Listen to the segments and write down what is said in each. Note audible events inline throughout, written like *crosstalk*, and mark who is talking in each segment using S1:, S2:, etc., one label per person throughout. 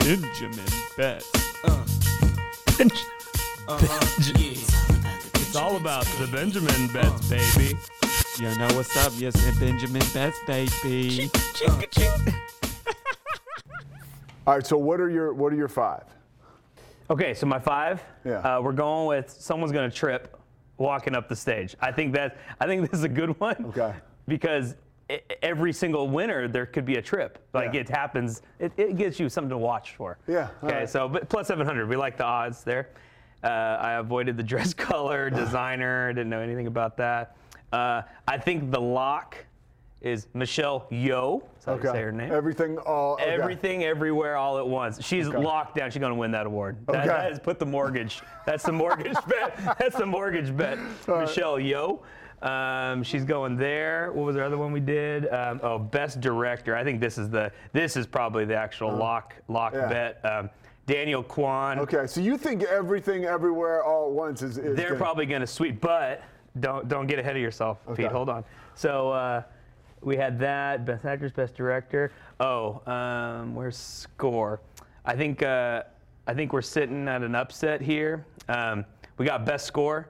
S1: Benjamin Betts.
S2: Uh, uh-huh, yeah.
S1: It's all about the Benjamin Betts, baby.
S3: You know what's up? Yes, and Benjamin Betts, baby.
S4: All right. So what are your what are your five?
S5: Okay, so my five.
S4: Yeah.
S5: Uh, we're going with someone's gonna trip walking up the stage. I think that I think this is a good one.
S4: Okay.
S5: Because e- every single winner there could be a trip. Like
S4: Yeah.
S5: it happens. It, it gives you something to watch for.
S4: Yeah, all
S5: Okay.
S4: right.
S5: So but plus 700. We like the odds there. Uh, I avoided the *laughs* dress
S4: *laughs*
S5: color, designer. Didn't know anything about that. Uh, I think the lock is Michelle Yeoh. That's how you say her name.
S4: Everything all okay.
S5: Everything, everywhere, all at once. She's locked down. She's gonna win that award. That,
S4: Okay.
S5: that is put the mortgage. That's the mortgage bet. That's the mortgage bet. Michelle Yo. Um, she's going there. What was the other one we did? Um, oh, best director. I think this is the this is probably the actual lock lock
S4: Uh-huh. Yeah.
S5: bet. Um, Daniel Kwan.
S4: Okay. So you think everything everywhere all at once is, is
S5: They're
S4: gonna-
S5: probably going to sweep, but don't don't get ahead of yourself, Pete. Hold on. So uh, we had that best actress, best director. Oh, um, where's score? I think uh, I think we're sitting at an upset here. Um, we got best score.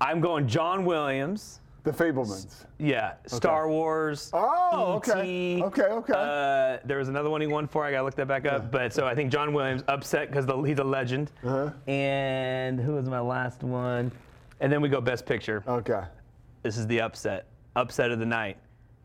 S5: I'm going John Williams.
S4: the Fablemans.
S5: Yeah, Star Wars.
S4: Oh, okay.
S5: E.T.,
S4: Okay, okay.
S5: Uh, there was another one he won for. I gotta look that back up. But so I think John Williams upset because he's a legend.
S4: Uh-huh.
S5: And who was my last one? And then we go Best Picture.
S4: Okay.
S5: This is the upset. Upset of the night.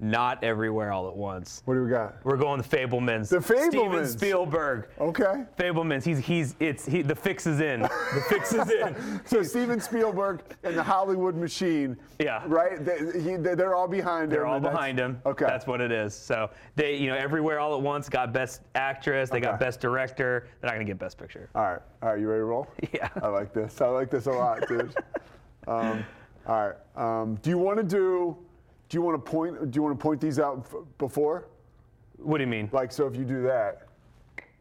S5: Not everywhere all at once.
S4: What do we got?
S5: We're going the Fablemans.
S4: The
S5: Steven
S4: Fablemans.
S5: Spielberg.
S4: Okay.
S5: Fablemans. He's he's it's he. The fix is in. The fix is in.
S4: *laughs* So Steven Spielberg and the Hollywood machine.
S5: Yeah.
S4: Right? They, he, they, they're all behind
S5: They're
S4: him.
S5: all
S4: and that's-
S5: behind him.
S4: Okay.
S5: That's what it is. So they, you know, everywhere all at once got best actress. They got
S4: Okay.
S5: best director. They're not gonna get best picture.
S4: All right. All right. You ready to roll?
S5: Yeah.
S4: I like this. I like this a lot,
S5: *laughs*
S4: dude. um, all right. Um, do you want to do? Do you want to point? Do you want to point these out f- before?
S5: What do you mean?
S4: Like, so if you do that.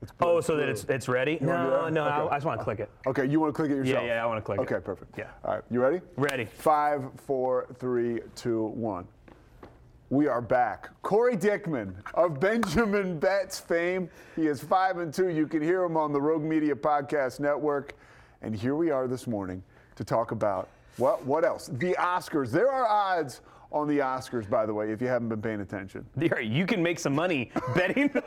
S4: It's
S5: oh,
S4: blue,
S5: so that
S4: blue.
S5: it's it's ready?
S4: wanna do
S5: No,
S4: that?
S5: no. I,
S4: Okay.
S5: I just want to
S4: *laughs*
S5: click it.
S4: Okay, you want to click it yourself?
S5: yeah, I wanna click it.
S4: Okay, perfect.
S5: Yeah.
S4: All right, you ready?
S5: Ready.
S4: Five, four, three, two, one. We are back. Corey Dickman of Benjamin Betts fame. He is five and two. You can hear him on the Rogue Media Podcast Network. And here we are this morning to talk about what what else? The Oscars. There are odds on the Oscars, by the way, if you haven't been paying attention.
S5: There, you can make
S4: *laughs*
S5: some money betting the,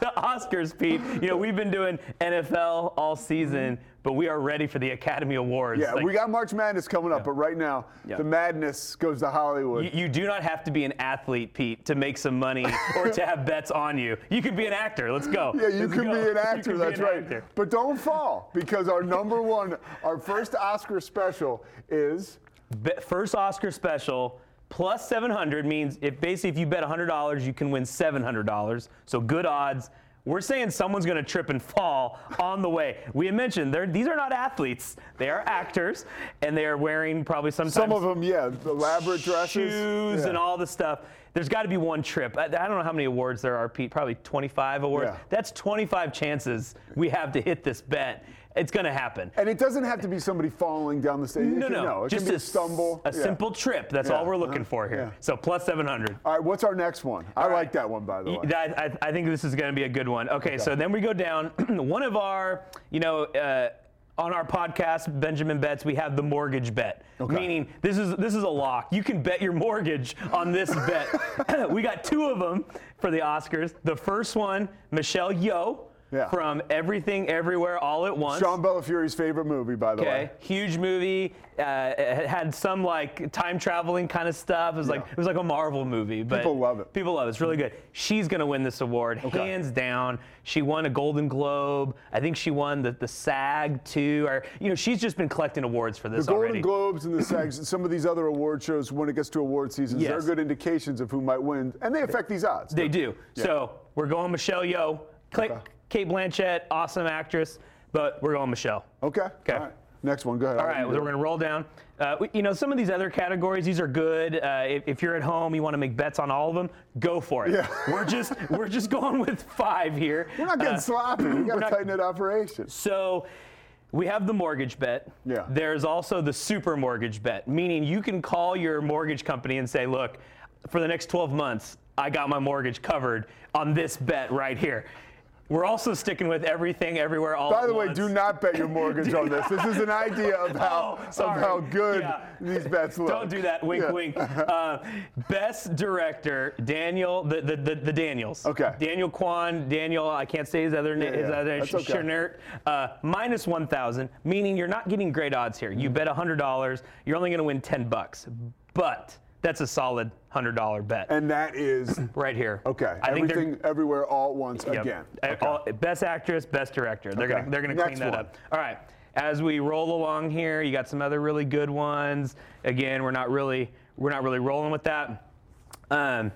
S5: the Oscars, Pete. You know, we've been doing NFL all season, but we are ready for the Academy Awards.
S4: Mm-hmm. Yeah,
S5: Like,
S4: we got March Madness coming up, but right now
S5: Yeah.
S4: the madness goes to Hollywood.
S5: You, you do not have to be an athlete, Pete, to make some money or
S4: *laughs*
S5: to have bets on you. You can be an actor. Let's go.
S4: Yeah, you
S5: Let's
S4: can
S5: go. *laughs*
S4: be an actor.
S5: can be
S4: that's
S5: an
S4: right.
S5: actor.
S4: But don't fall because our number one, our first Oscar special is
S5: bet, first Oscar special plus 700 means if basically if you bet $100 you can win $700 so good odds we're saying someone's going to trip and fall on the way we had mentioned they're- these are not athletes they are actors and they are wearing probably sometimes
S4: some of them. Yeah, the elaborate dresses,
S5: shoes
S4: Yeah.
S5: and all the stuff there's got to be one trip I, I don't know how many awards there are pete probably 25 awards
S4: Yeah.
S5: that's 25 chances we have to hit this bet it's going to happen
S4: And it doesn't have to be somebody falling down the stage. It
S5: no,
S4: can-
S5: no,
S4: it
S5: just
S4: can be a
S5: s-
S4: stumble.
S5: a
S4: Yeah.
S5: simple trip. That's
S4: Yeah,
S5: all we're
S4: uh-huh,
S5: looking for here.
S4: yeah.
S5: So plus 700.
S4: All right, what's our next one? I like that one, by the way.
S5: Y- that- I, I think this is going to be a good one. Okay, so then we go down. *clears throat* one of our, you know, uh, on our podcast, Benjamin Bets, we have the mortgage bet, meaning this is this is a lock. You can bet your mortgage on
S4: *laughs*
S5: this bet. *clears throat* we got two of them for the Oscars. The first one, Michelle Yeoh
S4: Yeah.
S5: from Everything Everywhere All at Once.
S4: Sean Bellafury's favorite movie, by the
S5: Okay,
S4: way.
S5: huge movie. Uh, it had some like time traveling kind of stuff. It was like
S4: Yeah.
S5: it was like a Marvel movie, but
S4: People love it.
S5: People love it. It's really good. She's gonna win this award hands down. She won a Golden Globe. I think she won the, the SAG too. Or you know, she's just been collecting awards for
S4: The
S5: this
S4: Golden
S5: already.
S4: Globes and the SAGs and
S5: *clears throat*
S4: some of these other award shows, when it gets to award seasons, they're
S5: Yes.
S4: good indications of who might win, and they affect these odds.
S5: They do. So we're going Michelle Yeoh. Click. Kate Blanchett, awesome actress, but we're going Michelle.
S4: Okay.
S5: Okay.
S4: All right. Next one. Go ahead.
S5: All right, well, we're going to roll down. Uh, we- you know, some of these other categories, these are good. Uh, if, if you're at home, you want to make bets on all of them, go for it.
S4: Yeah.
S5: *laughs* We're just we're just going with five here.
S4: We're not getting
S5: Uh,
S4: sloppy.
S5: *clears throat*
S4: We got to
S5: not-
S4: tighten it operation.
S5: So we have the mortgage bet.
S4: Yeah.
S5: There's also the super mortgage bet, meaning you can call your mortgage company and say, look, for the next 12 months, I got my mortgage covered on this bet right here. We're also sticking with everything, everywhere, all
S4: By
S5: at
S4: the way,
S5: once.
S4: do not bet your mortgage on this. This is an idea of how,
S5: Oh,
S4: of
S5: sorry.
S4: how good
S5: Yeah.
S4: these bets look.
S5: Don't do that. Wink,
S4: Yeah. *laughs*
S5: wink. Uh, best director, Daniel, the, the, the, the Daniels.
S4: Okay.
S5: Daniel Kwan, Daniel, I can't say his other name, his
S4: yeah.
S5: other name,
S4: That's okay.
S5: Chenert, uh, minus 1,000, meaning you're not getting great odds here. You bet $100, you're only going to win 10 bucks. But that's a solid $100 bet
S4: And that
S5: *clears throat*
S4: is
S5: right here.
S4: okay.
S5: I think they're-
S4: Everything, everywhere, all at once
S5: Yep.
S4: again.
S5: Uh,
S4: Okay.
S5: all- best actress, best director. They're
S4: Okay.
S5: gonna they're gonna
S4: Next
S5: clean that
S4: one.
S5: up. All right. As we roll along here, you got some other really good ones. Again, we're not really we're not really rolling with that. Um,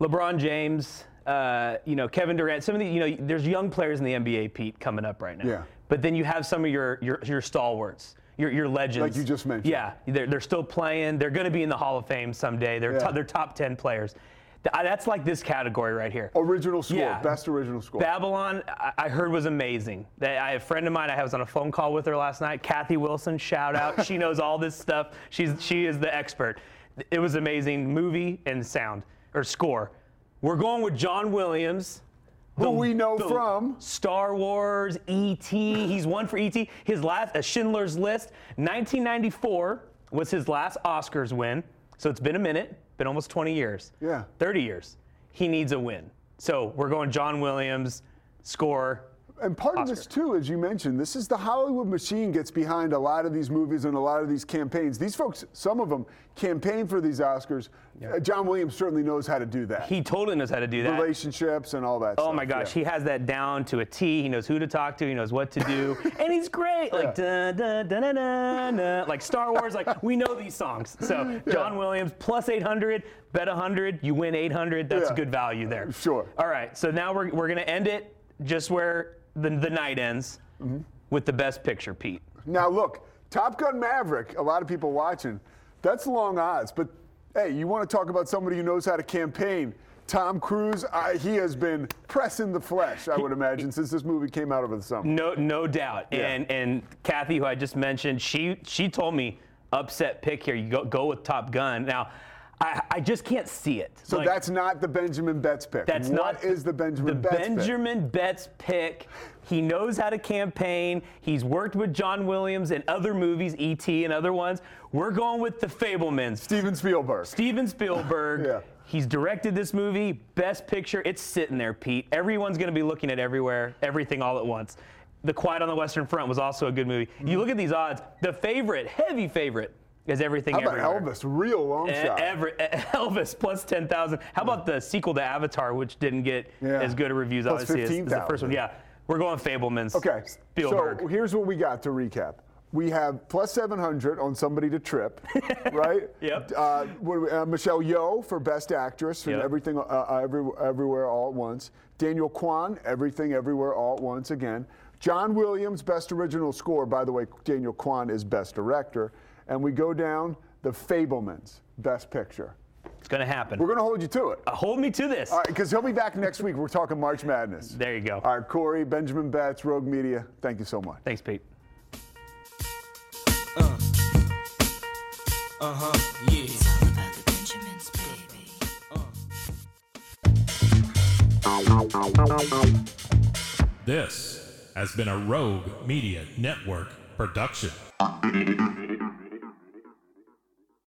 S5: LeBron James, uh, you know Kevin Durant. Some of the you know there's young players in the NBA, Pete, coming up right now.
S4: Yeah.
S5: But then you have some of your your, your stalwarts. Your, your legends.
S4: Like you just mentioned.
S5: Yeah, they're, they're still playing. They're going to be in the Hall of Fame someday. They're,
S4: Yeah.
S5: to- they're top 10 players. Th- I- That's like this category
S4: Oh,
S5: right here.
S4: Original score.
S5: Yeah.
S4: Best original score.
S5: Babylon, I- I heard was amazing. That- I, a friend of mine, I was on a phone call with her last night. Kathy Wilson, shout out. she knows all this stuff. She's she is the expert. It was amazing movie and sound or score. We're going with John Williams.
S4: Who we know from-
S5: Star Wars, E.T. He's one for E.T. His last uh, Schindler's List, 1994 was his last Oscars win. So it's been a minute, been almost 20 years.
S4: Yeah.
S5: 30 years. He needs a win. So we're going John Williams, score.
S4: And part of this
S5: Oscar.
S4: too, as you mentioned, this is the Hollywood machine gets behind a lot of these movies and a lot of these campaigns. These folks, some of them, campaign for these Oscars. Uh, John Williams certainly knows how to do that.
S5: He totally knows how to do that.
S4: Relationships and all that.
S5: Oh my gosh, he has that down to a T. He knows who to talk to. He knows what to
S4: *laughs*
S5: do, and he's great. Like da da da da da, da. like Star Wars. Like we know these songs.
S4: *laughs*
S5: So John Williams plus 800, bet 100, you win 800. That's
S4: Yeah.
S5: good value there.
S4: Sure.
S5: All right. So now we're we're gonna end it just where the the night ends
S4: Mm-hmm.
S5: with the best picture, Pete.
S4: Now look, Top Gun Maverick. A lot of people watching. That's long odds, but hey, you want to talk about somebody who knows how to campaign? Tom Cruise. I, he has been pressing the flesh, I would imagine, since this movie came out over the summer.
S5: No, no doubt.
S4: Yeah.
S5: And and Kathy, who I just mentioned, she she told me upset pick here. You go go with Top Gun. Now, I I just can't see it.
S4: So that's not the Benjamin Betts pick.
S5: that's not
S4: What is the Benjamin
S5: the
S4: Betts pick?
S5: Benjamin Betts pick. He knows how to campaign. He's worked with John Williams in other movies, E.T. and other ones. We're going with the Fablemans.
S4: Steven Spielberg.
S5: Steven Spielberg.
S4: *laughs* Yeah.
S5: He's directed this movie, Best Picture. It's sitting there, Pete. Everyone's going to be looking at everywhere, everything all at once. The Quiet on the Western Front was also a good movie. You look at these odds. The favorite, heavy favorite, is everything
S4: How about
S5: everywhere.
S4: Elvis? Real long
S5: E-
S4: shot.
S5: every- Elvis plus 10,000. How about the sequel to Avatar, which didn't get
S4: Yeah.
S5: as good a reviews,
S4: Plus
S5: obviously, as- as, the first
S4: 15,000.
S5: one? Yeah. We're going Fablemans.
S4: okay.
S5: Spielberg.
S4: So here's what we got to recap. We have plus 700 on somebody to
S5: *laughs*
S4: trip, right?
S5: Yep.
S4: Uh, what do we- uh, Michelle Yeoh for Best Actress from
S5: Yep.
S4: Everything uh, uh, every, Everywhere All at Once. Daniel Kwan, Everything Everywhere All at Once again. John Williams, Best Original Score. By the way, Daniel Kwan is Best Director. And we go down the Fablemans, Best Picture.
S5: it's going to happen.
S4: We're going to hold you to it.
S5: Hold me to this.
S4: All right, because he'll be back next week. We're talking March Madness.
S5: There you go.
S4: All right, Corey, Benjamin Betts, Rogue Media, thank you so much.
S5: Thanks, Pete.
S2: Yeah. It's all about the Benjamins, baby.
S1: This has been a Rogue Media Network production.